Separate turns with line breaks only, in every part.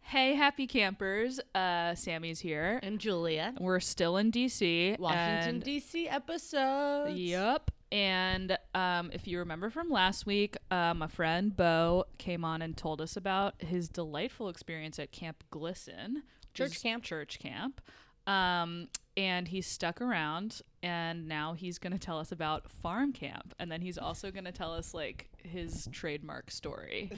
Hey, happy campers. Uh, Sammy's here.
and Julia.
We're still in DC.
Washington
and-
D.C. episode.
Yep. And um, if you remember from last week, uh, my friend Bo came on and told us about his delightful experience at Camp Glisten which
Church
is
camp.
Church camp. Um, and he's stuck around, and now he's going to tell us about farm camp, and then he's also going to tell us like his trademark story.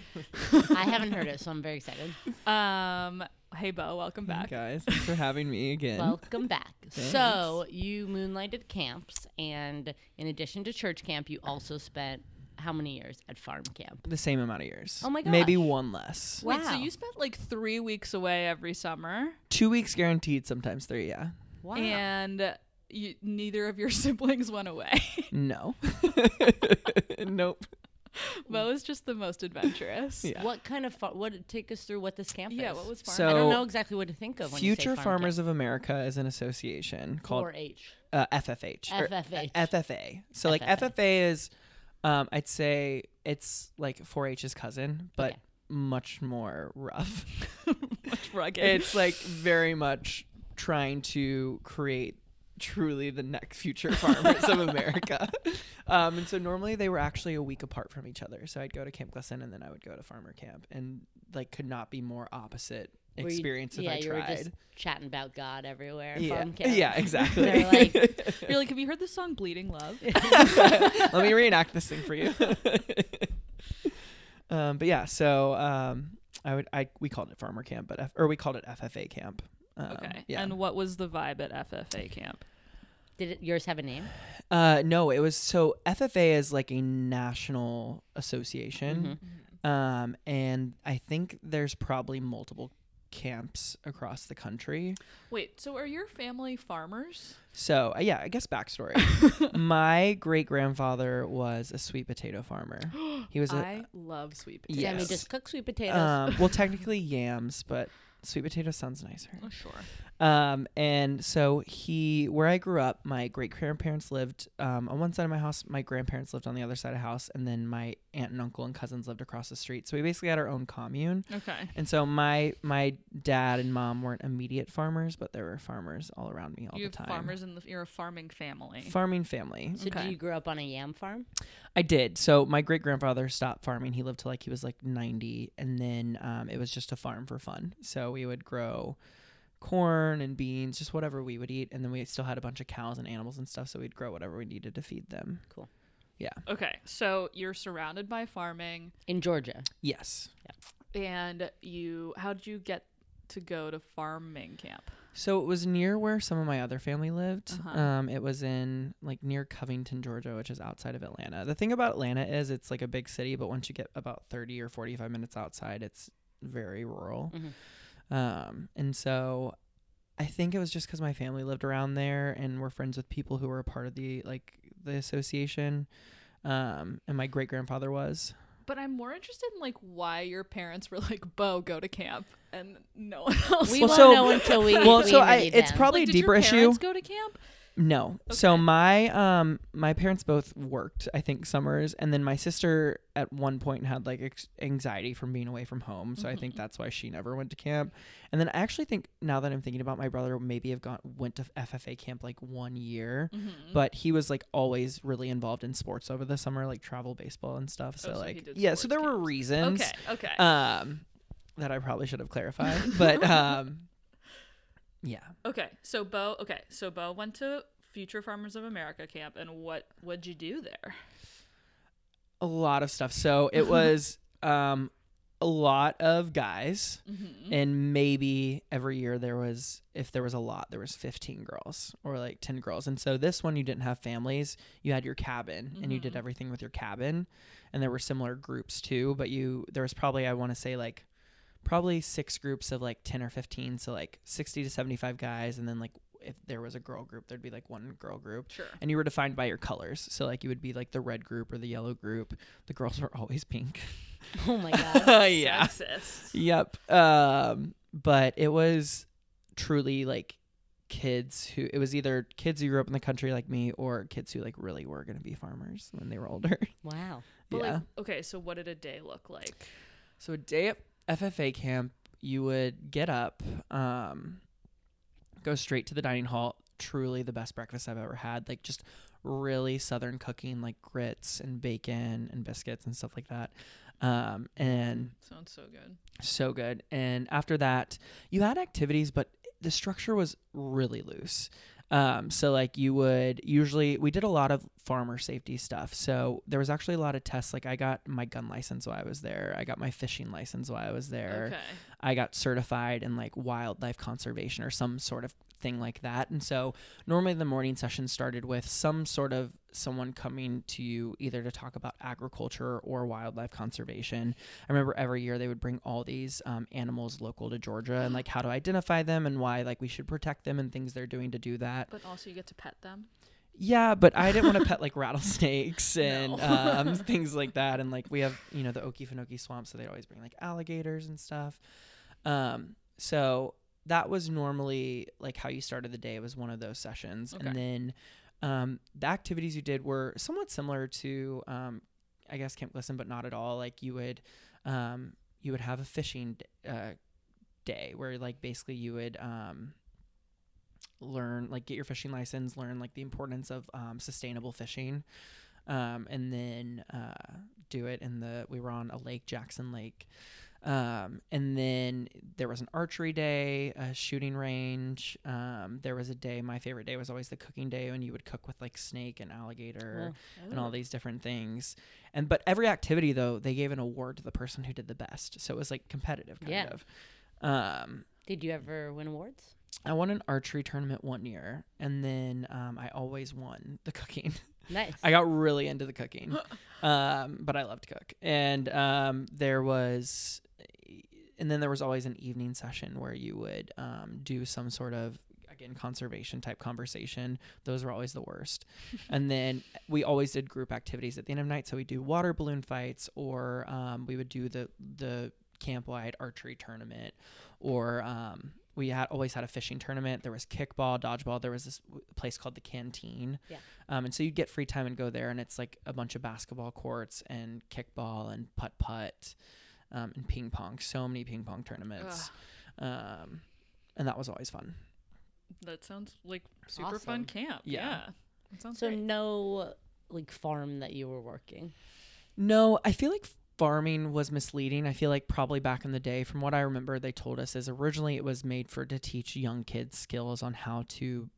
I haven't heard it, so I'm very excited.
Um, hey Bo, welcome back.
guys. Thanks for having me again.
Welcome back. So you moonlighted camps, and in addition to church camp, you also spent how many years at farm camp?
the same amount of years.
Oh my
Maybe
gosh.
one less.
Wait, so
Wow.
you spent like three weeks away every summer,
Two weeks guaranteed, sometimes three, yeah.
Wow.
and you, neither of your siblings went away.
No. nope.
Bo is just the most adventurous.
Yeah.
What kind of far- what? Take us through what this camp
Yeah,
is.
what was farm?
So-
I don't know exactly what to think of. When
Future
you say farm
Farmers
camp.
of America is an association called
4-H.
uh, FFH. or,
FFH.
uh, FFA. So like
FFA.
FFA is, um, I'd say it's like 4-H's cousin, but
Okay.
much more rough.
Much rugged.
it's like very much trying to create truly the next future farmers of America. Um, and so normally they were actually a week apart from each other. So I'd go to Camp Gleason and then I would go to Farmer Camp and like could not be more opposite
Where you-
experience
yeah,
if I
you
tried.
were just chatting about God everywhere. at
yeah.
Farm camp.
yeah, exactly.
They're like,
You're like, have you heard the song "Bleeding Love"?
Let me reenact this thing for you. um, but yeah, so um, I would I we called it farmer camp, but F, or we called it FFA camp. Um,
okay.
Yeah.
And what was the vibe at FFA camp?
did it, yours have a name?
Uh, no, it was so FFA is like a national association, um, and I think there's probably multiple camps across the country.
Wait, so are your family farmers?
So uh, yeah, I guess backstory. My great grandfather was a sweet potato farmer. He was a
I love sweet potatoes.
Yeah.
Sammy
Yes.
just cook sweet potatoes.
um, well, technically yams, but sweet potato sounds nicer.
Oh, sure.
Um, and so he, where I grew up, my great grandparents lived um, on one side of my house, my grandparents lived on the other side of the house, and then my aunt and uncle and cousins lived across the street. So we basically had our own commune.
Okay.
And so my my dad and mom weren't immediate farmers, but there were farmers all around me all
you
the
have
time.
farmers in the. You're a farming family.
Farming family.
so
okay.
do you grow up on a yam farm?
I did. So my great grandfather stopped farming. He lived till like he was like 90, and then um, it was just a farm for fun. So we would grow corn and beans, just whatever we would eat, and then we still had a bunch of cows and animals and stuff. So we'd grow whatever we needed to feed them.
Cool.
okay, so you're surrounded by farming,
In Georgia.
Yes.
and you. How did you get to go to farming camp?
So it was near where some of my other family lived.
Uh-huh.
Um, it was in like near Covington, Georgia, which is outside of Atlanta. The thing about Atlanta is it's like a big city, but once you get about 30 or 45 minutes outside, it's very rural. Um, and so I think it was just because my family lived around there and were friends with people who were a part of the like the association. Um, and my great grandfather was.
But I'm more interested in like why your parents were like, "Bo, go to camp," and no one else.
We
Well,
won't
so-
Oh,
know until we.
well,
we
so I,
interview
it's
them.
probably
like,
a
did
deeper
your
issue.
parents Go to camp.
No. So my um my parents both worked, I think summers, and then my sister at one point had like ex- anxiety from being away from home, so I
Mm-hmm.
think that's why she never went to camp. And then I actually think now that I'm thinking about my brother maybe have gone went to FFA camp like one year,
Mm-hmm.
but he was like always really involved in sports over the summer, like travel baseball and stuff. So
Oh, so he
like
did
yeah, so
sports
there were
camps.
reasons
Okay. Okay.
um that I probably should have clarified, but um yeah.
okay. So Bo. Okay. So Bo went to Future Farmers of America camp, and what would you do there?
a lot of stuff. So it was um a lot of guys
Mm-hmm.
and maybe every year there was if there was a lot there was 15 girls or like 10 girls and so this one you didn't have families you had your cabin and you did everything with your cabin and there were similar groups too but you there was probably i want to say like probably six groups of like 10 or 15 so like 60 to 75 guys and then like if there was a girl group there'd be like one girl group
Sure.
and you were defined by your colors so like you would be like the red group or the yellow group the girls were always pink
Oh my god.
yeah
Sexist.
yep um but it was truly like kids who it was either kids who grew up in the country like me or kids who like really were going to be farmers when they were older
Wow.
But
yeah
like, okay. So what did a day look like?
So a day at FFA camp, you would get up, um, go straight to the dining hall. Truly the best breakfast I've ever had. Like just really southern cooking, like grits and bacon and biscuits and stuff like that. Um, and
Sounds so good.
so good. And after that, you had activities, but the structure was really loose. Um, so like you would usually we did a lot of farmer safety stuff. So there was actually a lot of tests. Like I got my gun license while I was there. I got my fishing license while I was there.
Okay.
I got certified in like wildlife conservation or some sort of thing like that. And so normally the morning session started with some sort of someone coming to you either to talk about agriculture or wildlife conservation. I remember every year they would bring all these um, animals local to Georgia and like how to identify them and why like we should protect them and things they're doing to do that.
But also, you get to pet them.
Yeah, but I didn't want to pet like rattlesnakes and
No.
um, things like that. And like we have, you know, the Okefenokee swamp, so they always bring like alligators and stuff. Um, so that was normally like how you started the day. It was one of those sessions,
Okay.
and then um, the activities you did were somewhat similar to, um, I guess, Camp Glisten, but not at all. Like you would, um, you would have a fishing uh, day where like basically you would. Um, learn like get your fishing license learn like the importance of um, sustainable fishing um, and then uh, do it in the we were on a lake jackson lake um, and then there was an archery day a shooting range um, there was a day my favorite day was always the cooking day when you would cook with like snake and alligator and all these different things and but every activity though they gave an award to the person who did the best so it was like competitive kind
Yeah.
of um,
Did you ever win awards?
I won an archery tournament one year, and then um, I always won the cooking.
Nice.
I got really into the cooking, um, but I love to cook. And um, there was, and then there was always an evening session where you would um, do some sort of again conservation type conversation. Those were always the worst. and then we always did group activities at the end of night. So we do water balloon fights, or um, we would do the the camp wide archery tournament, or um, we had always had a fishing tournament. There was kickball, dodgeball. There was this w- place called the Canteen.
Yeah.
Um, and so you get free time and go there, and it's like a bunch of basketball courts and kickball and putt putt um, and ping pong. So many ping pong tournaments. Um, and that was always fun.
That sounds like super
Awesome.
fun camp.
Yeah.
Yeah. That sounds
so
great.
no like farm that you were working.
No, I feel like farming was misleading. I feel like probably back in the day, from what I remember, they told us is originally it was made for to teach young kids skills on how to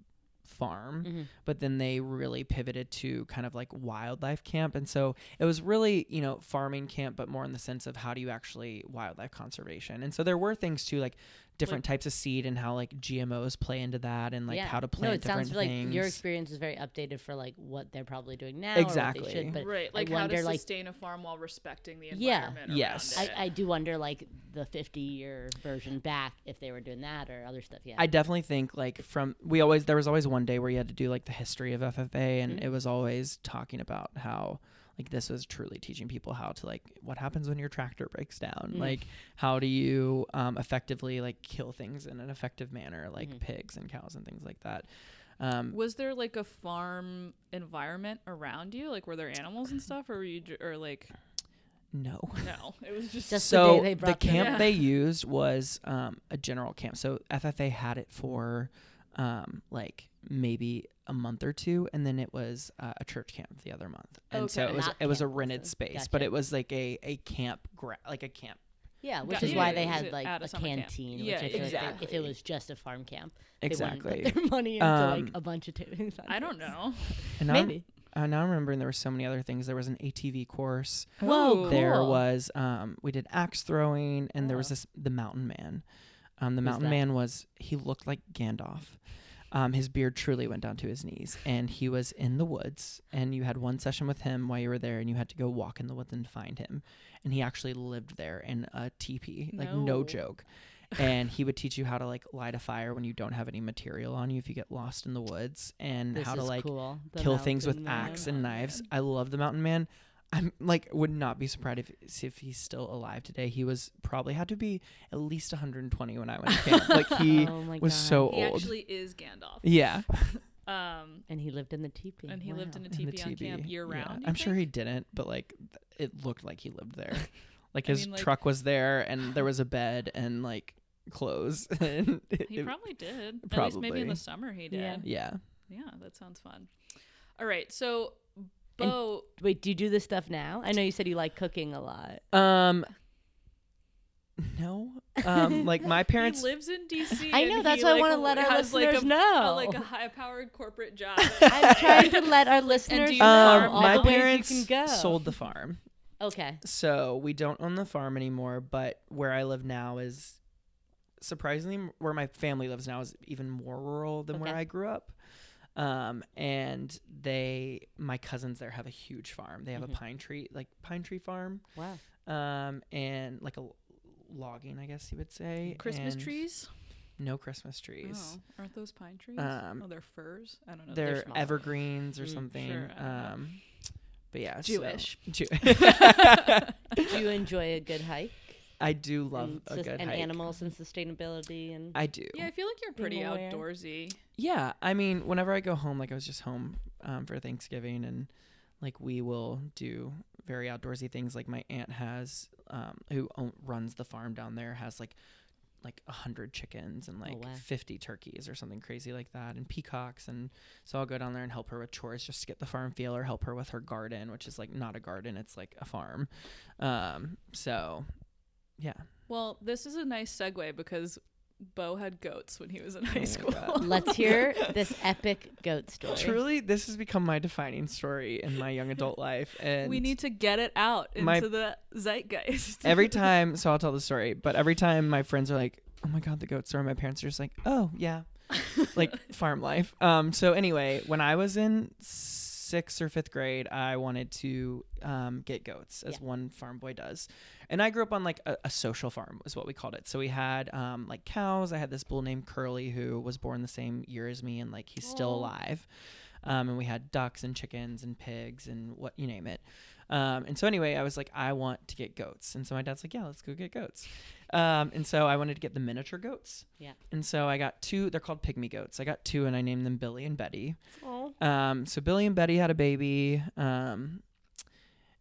farm,
Mm-hmm.
but then they really pivoted to kind of like wildlife camp, and so it was really you know farming camp, but more in the sense of how do you actually wildlife conservation, and so there were things too like different types of seed and how like GMOs play into that, and like
yeah.
how to
No,
plant
it
different
sounds like
things.
your experience is very updated for like what they're probably doing now. or what they
Exactly.
should, but
right,
I
like how
wonder,
to
like
sustain a farm while respecting the
Yeah.
environment.
Yes.
around it.
I, I do wonder, like the fifty-year version back, if they were doing that or other stuff. Yeah,
I definitely think like from we always there was always one day where you had to do like the history of FFA and it was always talking about how like this was truly teaching people how to like what happens when your tractor breaks down like how do you um, effectively like kill things in an effective manner like pigs and cows and things like that Um,
Was there like a farm environment around you? Like, were there animals and stuff, or were you, dr- or like,
no.
no? It was just,
Just- the
so
day they
the
brought them.
camp
Yeah.
they used was um, a general camp. So FFA had it for um, like maybe a month or two, and then it was uh, a church camp the other month. And so
Okay.
it was
Not
it was a
camp,
rented
so-
space,
gotcha.
but it was like a a camp gra- like a camp.
Yeah, which
Got-
is why
yeah,
they
yeah,
had
yeah.
like
At a
a
summer camp.
canteen.
Yeah,
which I feel Like they- if
exactly.
it was just a farm camp, they wouldn't put
Exactly.
their money into like
Um,
a bunch of things.
I don't know.
And now I'm-
Maybe.
uh, now I'm remembering there were so many other things. There was an ATV course.
Whoa,
Ooh.
There
Cool. Uh-huh.
was um, we did axe throwing, and there was this the mountain man. Um, the mountain
that?
man was he looked like Gandalf. Um, his beard truly went down to his knees, and he was in the woods. And you had one session with him while you were there, and you had to go walk in the woods and find him. And he actually lived there in a teepee, like no,
No.
joke. And he would teach you how to like light a fire when you don't have any material on you if you get lost in the woods, and
This
how to
is
like
cool. The
kill things with
mountain uh, man.
axe
Oh,
and knives. I love the Mountain Man. I'm like would not be surprised if if he's still alive today. He was probably had to be at least 120 when I went to camp. Like he
Oh my
was
God.
so
He
old.
actually is Gandalf.
yeah,
Um,
And he lived in the teepee.
and he lived in
Wow.
a
in the
teepee on camp
TV.
year
Yeah.
round. you
I'm sure
think?
he didn't, but like th- it looked like he lived there. Like
I
his
mean, like-
truck was there, and there was a bed and like clothes. And
He
it-
probably did. At least maybe in
Probably.
the summer he did.
Yeah.
Yeah,
yeah,
that sounds fun. All right, so Bo,
Wait, do you do this stuff now? I know you said you like cooking a lot.
um, no, um, like my parents.
he lives in DC.
I know,
and
that's
he,
why I
like,
wanna let our
has, like,
listeners
a,
know.
a- like a high-powered corporate job.
I'm trying to let our listeners
do you
know
Um,
farm
all
my
the ways
parents
you can go.
sold the farm,
Okay.
so we don't own the farm anymore. But where I live now is surprisingly m- where my family lives now is even more rural than where
Okay.
I grew up. Um, and they, my cousins there have a huge farm. They have a pine tree, like pine tree farm,
Wow.
um, and like a l- logging, I guess you would say.
Christmas
and
trees?
No Christmas trees.
Oh, aren't those pine trees?
Um,
oh, they're firs. I don't know.
they're
small.
evergreens or
Mm,
something.
sure, I don't know.
um, but yeah, so-
Jewish.
Jew-
Do you enjoy a good hike?
I do love
and
a
sus-
good
and
hike.
animals and sustainability and
I do.
Yeah,
Yeah.
I feel like you're pretty
aware.
outdoorsy.
I mean, whenever I go home, like I was just home um, for Thanksgiving, and like we will do very outdoorsy things. Like my aunt has, um, who own, runs the farm down there, has like like a hundred chickens and like
Oh, wow.
fifty turkeys or something crazy like that, and peacocks. And so I'll go down there and help her with chores, just to get the farm feel, or help her with her garden, which is like not a garden, it's like a farm. Um, so yeah,
Well, this is a nice segue because Bo had goats when he was in
Oh
high
my
school.
God.
let's hear this epic goat story.
Truly, this has become my defining story in my young adult life, and
we need to get it out into
My-
the zeitgeist.
every time. So I'll tell the story, but every time my friends are like, "Oh my god, the goat story," my parents are just like, "Oh yeah, like farm life." Um. So anyway, when I was in sixth or fifth grade, I wanted to um, get goats, as one farm boy does, and I grew up on like a, a social farm, is what we called it. So we had um, like cows. I had this bull named Curly who was born the same year as me, and like he's still alive. um, and we had ducks and chickens and pigs and what you name it. Um, and so anyway, I was like, I want to get goats, and so my dad's like, Yeah, let's go get goats. Um, and so I wanted to get the miniature goats.
Yeah.
And so I got two. They're called pygmy goats. I got two, and I named them Billy and Betty.
Oh,
Um, so Billy and Betty had a baby. Um,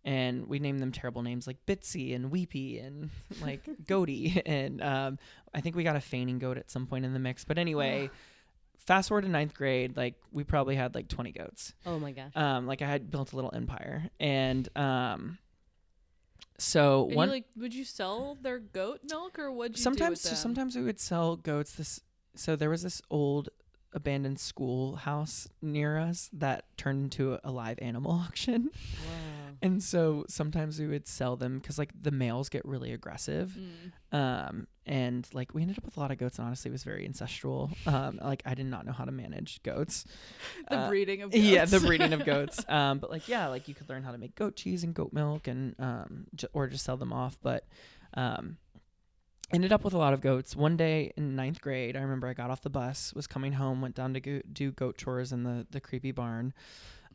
and we named them terrible names like Bitsy and Weepy and like Goaty. And um, I think we got a fainting goat at some point in the mix. But anyway, fast forward to ninth grade, like we probably had like 20 goats.
oh my gosh.
Um, like I had built a little empire. And um, so
And you,
one
like, would you sell their goat milk or would you do
sometimes
with
so
them?
sometimes we would sell goats this so there was this old abandoned schoolhouse near us that turned into a live animal auction
Wow.
and so sometimes we would sell them because like the males get really aggressive
Mm.
um and like we ended up with a lot of goats and honestly it was very ancestral um like i did not know how to manage goats
the
Uh,
breeding of goats.
yeah the breeding of goats um but like yeah like you could learn how to make goat cheese and goat milk and um j- or just sell them off but um ended up with a lot of goats one day in ninth grade i remember i got off the bus was coming home went down to go- do goat chores in the the creepy barn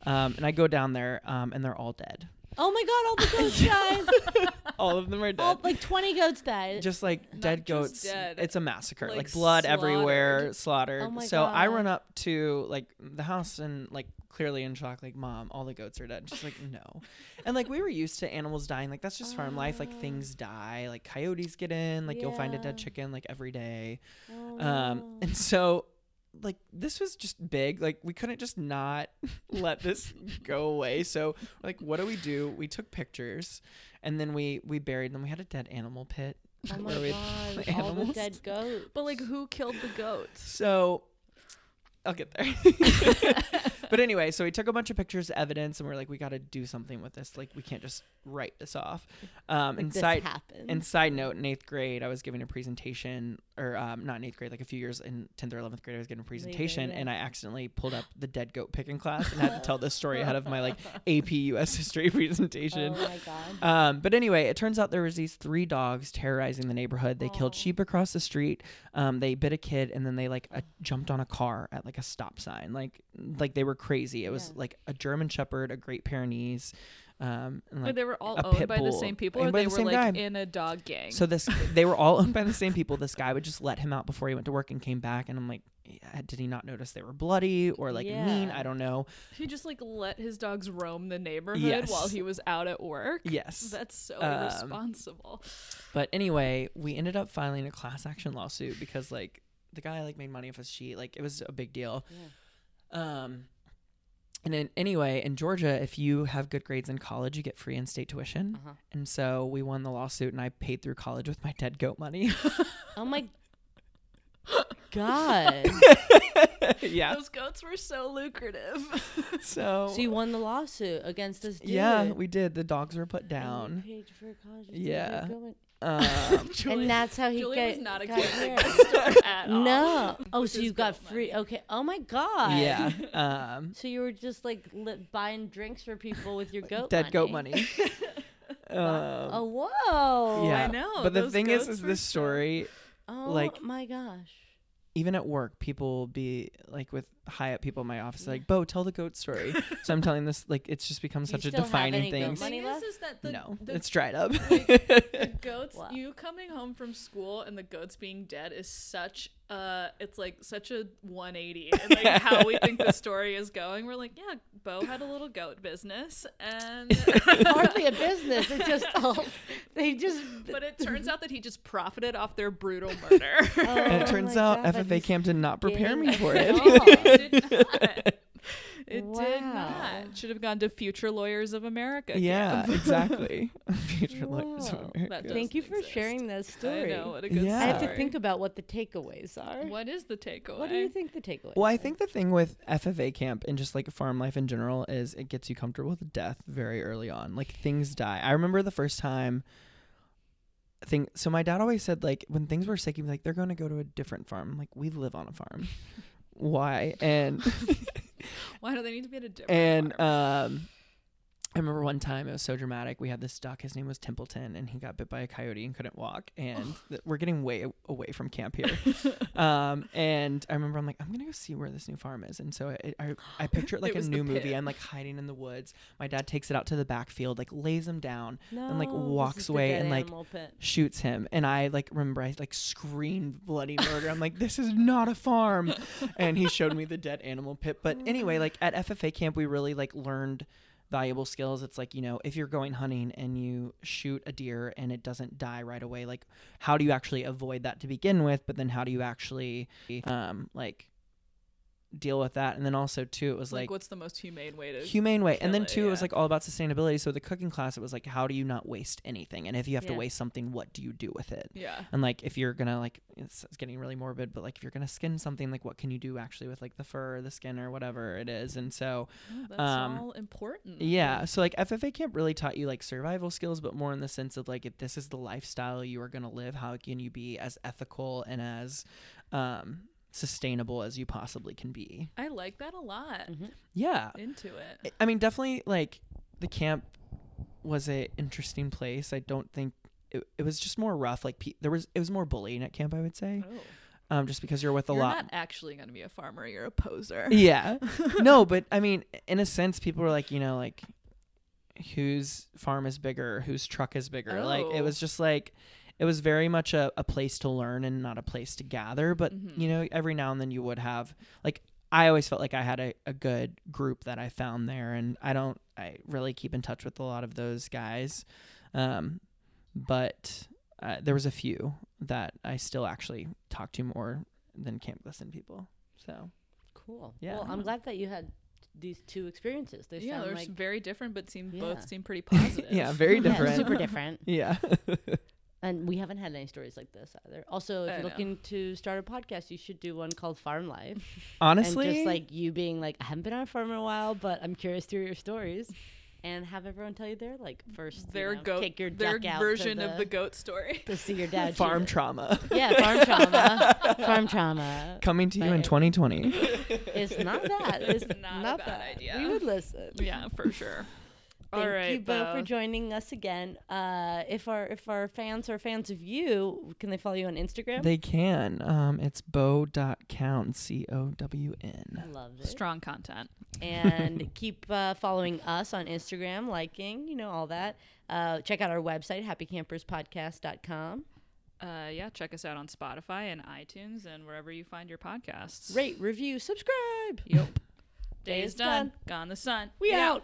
um and i go down there um and they're all dead
Oh my god, all the goats died.
All of them are dead.
all, like 20 goats died.
just like dead
just
goats.
dead,
It's a massacre. Like,
like,
blood everywhere,
slaughtered.
slaughtered.
Oh my
so I
God.
run up to like the house and like clearly in shock, like, Mom, all the goats are dead. And she's like, No. and like we were used to animals dying. Like that's just farm life. Like things die. Like coyotes get in. Like you'll find a dead
Oh. Yeah.
chicken like every day.
Oh
Um,
no.
and so like this was just big. Like we couldn't just not let this go away. So like what do we do? We took pictures and then we we buried them. We had a dead animal pit.
oh my
where we-
god,
the
all the
animals.
dead goats.
But like, who killed the goats?
So I'll get there. but anyway, so we took a bunch of pictures, evidence, and we are like, we got to do something with this. Like, we can't just write this off. Um, and
this
side
happened.
and side note, in eighth grade, I was giving a presentation, or um, not in eighth grade, like a few years in tenth or eleventh grade, I was giving a presentation,
yeah.
and I accidentally pulled up the dead goat picking class and had to tell this story ahead of my like AP U.S. history
oh
presentation.
my god.
Um, but anyway, it turns out there was these three dogs terrorizing the neighborhood. They killed sheep across the street. Um, they bit a kid, and then they like uh, jumped on a car at like a stop sign. Like, like they were crazy. It was
Yeah.
like a German Shepherd, a Great Pyrenees, um, and
Like,
like
they were all
a
owned
pit
by the
bull.
same people, or
Owned by
they
the
were
same
like
guy.
in a dog gang.
so this they were all owned by the same people. This guy would just let him out before he went to work and came back, and I'm like. "Yeah, Did he not notice they were bloody or like mean?
Yeah.
I don't know.
he just like let his dogs roam the neighborhood while
Yes.
he was out at work.
Yes.
That's so
Um,
irresponsible.
But anyway, we ended up filing a class action lawsuit because like the guy like made money off his sheet. Like it was a big deal. Um and then anyway, in Georgia, if you have good grades in college, you get free in-state tuition.
Uh-huh.
And so we won the lawsuit and I paid through college with my dead goat money.
Oh my god.
yeah.
Those goats were so lucrative.
So,
so you won the lawsuit against this dude.
yeah, we did. The dogs were put
And you
down.
paid for college.
Yeah.
Going-
Um,
and that's how he
Julie
got,
was not
got
expecting
here.
this story at all.
No. Oh, so
is
you got
goat
free. Okay. Oh my god.
yeah. Um
So you were just like li- buying drinks for people with your goat
dead
money.
goat money. um,
Oh whoa.
yeah.
know,
But the
those
thing is,
goats
is
were
this
so-
story
Oh
Like-
my gosh.
even at work, people will be like with high up people in my office, like, Bo, tell the goat story. so I'm telling this, like, it's just become such a
still have
defining
any goat
thing.
The thing
Money
is,
left?
is that the,
No,
the
it's dried up.
goats
Wow.
you coming home from school and the goats being dead is such uh it's like such a 180 and like how we think the story is going we're like yeah bo had a little goat business and
Hardly a business. It just all they just.
but it turns out that he just profited off their brutal murder
and
oh
it Oh turns out FFA camp did not prepare me for it.
it did not it did
Wow.
not should have gone to future lawyers of america
yeah,
camp.
exactly. Future lawyers of
Whoa.
America.
does-
Thank you for
exist.
sharing that
i
story.
know what a good
Yeah.
I have to
story.
think about what the takeaways are.
what is the takeaway
What do you think the takeaways?
Well,
are?
I think the thing with FFA camp and just like farm life in general is it gets you comfortable with death very early on. Like things die. I remember the first time thing so my dad always said like when things were sick he'd be like they're going to go to a different farm. I'm like we live on a farm. Why? And
why do they need to be at a different
and
farm?
um I remember one time it was so dramatic. We had this duck. His name was Templeton, and he got bit by a coyote and couldn't walk.
Oh.
And th- we're getting way a- away from camp here. um, and I remember I'm like, I'm gonna go see where this new farm is. And so I I, I picture it like a
was the
new
pit.
movie. I'm like hiding in the woods. My dad takes it out to the backfield, like lays him down,
no,
and like
this is
walks
the
away
dead
and like
animal pit.
shoots him and i like remember i like screamed bloody murder i'm like this is not a farm and he showed me the dead animal pit but anyway like at ffa camp we really like learned valuable skills it's like you know if you're going hunting and you shoot a deer and it doesn't die right away like how do you actually avoid that to begin with but then how do you actually um like deal with that and then also too it was
like,
like,
what's the most humane way to
humane way. And then
kill it,
two, it was
yeah.
like all about sustainability. So the cooking class, it was like, how do you not waste anything? And if you have to
Yeah.
waste something, what do you do with it?
yeah
And like, if you're gonna like, it's, it's getting really morbid, but like, if you're gonna skin something, like, what can you do actually with like the fur, or the skin, or whatever it is? And so,
Oh, that's
Um,
all important.
yeah. So like, FFA camp really taught you like survival skills, but more in the sense of like, if this is the lifestyle you are gonna live, how can you be as ethical and as um, sustainable as you possibly can be?
I like that a lot.
Mm-hmm. Yeah.
Into it.
I- I mean, definitely like the camp was a interesting place. I don't think it, it was just more rough. Like pe- there was, it was more bullying at camp. I would say,
Oh.
um, just because you're with a
You're
lot.
not actually going to be a farmer. You're a poser.
yeah, no, but I mean, in a sense, people were like, you know, like whose farm is bigger, whose truck is bigger. Like it
Oh.
was just like it was very much a, a place to learn and not a place to gather. But you know, every now and then you would have like I always felt like I had a, a good group that I found there and I don't I really keep in touch with a lot of those guys. Um but uh, there was a few that I still actually talk to more than Camp Glisten people. So
Cool.
Yeah.
Well, I'm glad that you had these two experiences. They
Yeah,
sound
they're
like
very different, but seem
Yeah.
both seem pretty positive.
yeah, very
Yeah,
different.
super different.
yeah.
And we haven't had any stories like this either. Also, if
I
you're
know.
looking to start a podcast, you should do one called Farm Life.
Honestly,
and just like you being like, I haven't been on a farm in a while, but I'm curious to hear your stories, and have everyone tell you their like first you
Their
know,
goat,
take your
their
duck out to
version of the
the-
goat story.
to see your dad shoot
farm
it.
trauma
Yeah, farm trauma. farm trauma.
coming to you in
Right.
2020.
It's not that. It's
not a
not
bad
that.
idea.
We would listen.
yeah, for sure.
Thank
All right,
you both for
Beau.
joining us again. Uh, if our if our fans are fans of you, can they follow you on Instagram?
they can. Um, it's bow.count, C O W N.
Love it.
Strong content.
and keep uh, following us on Instagram, liking, you know, all that. Uh, check out our website, happycamperspodcast.com.
Uh, yeah, check us out on Spotify and iTunes and wherever you find your podcasts.
Rate, review, subscribe.
Yep.
Day
Day
is
is done.
done.
Gone the sun.
We out.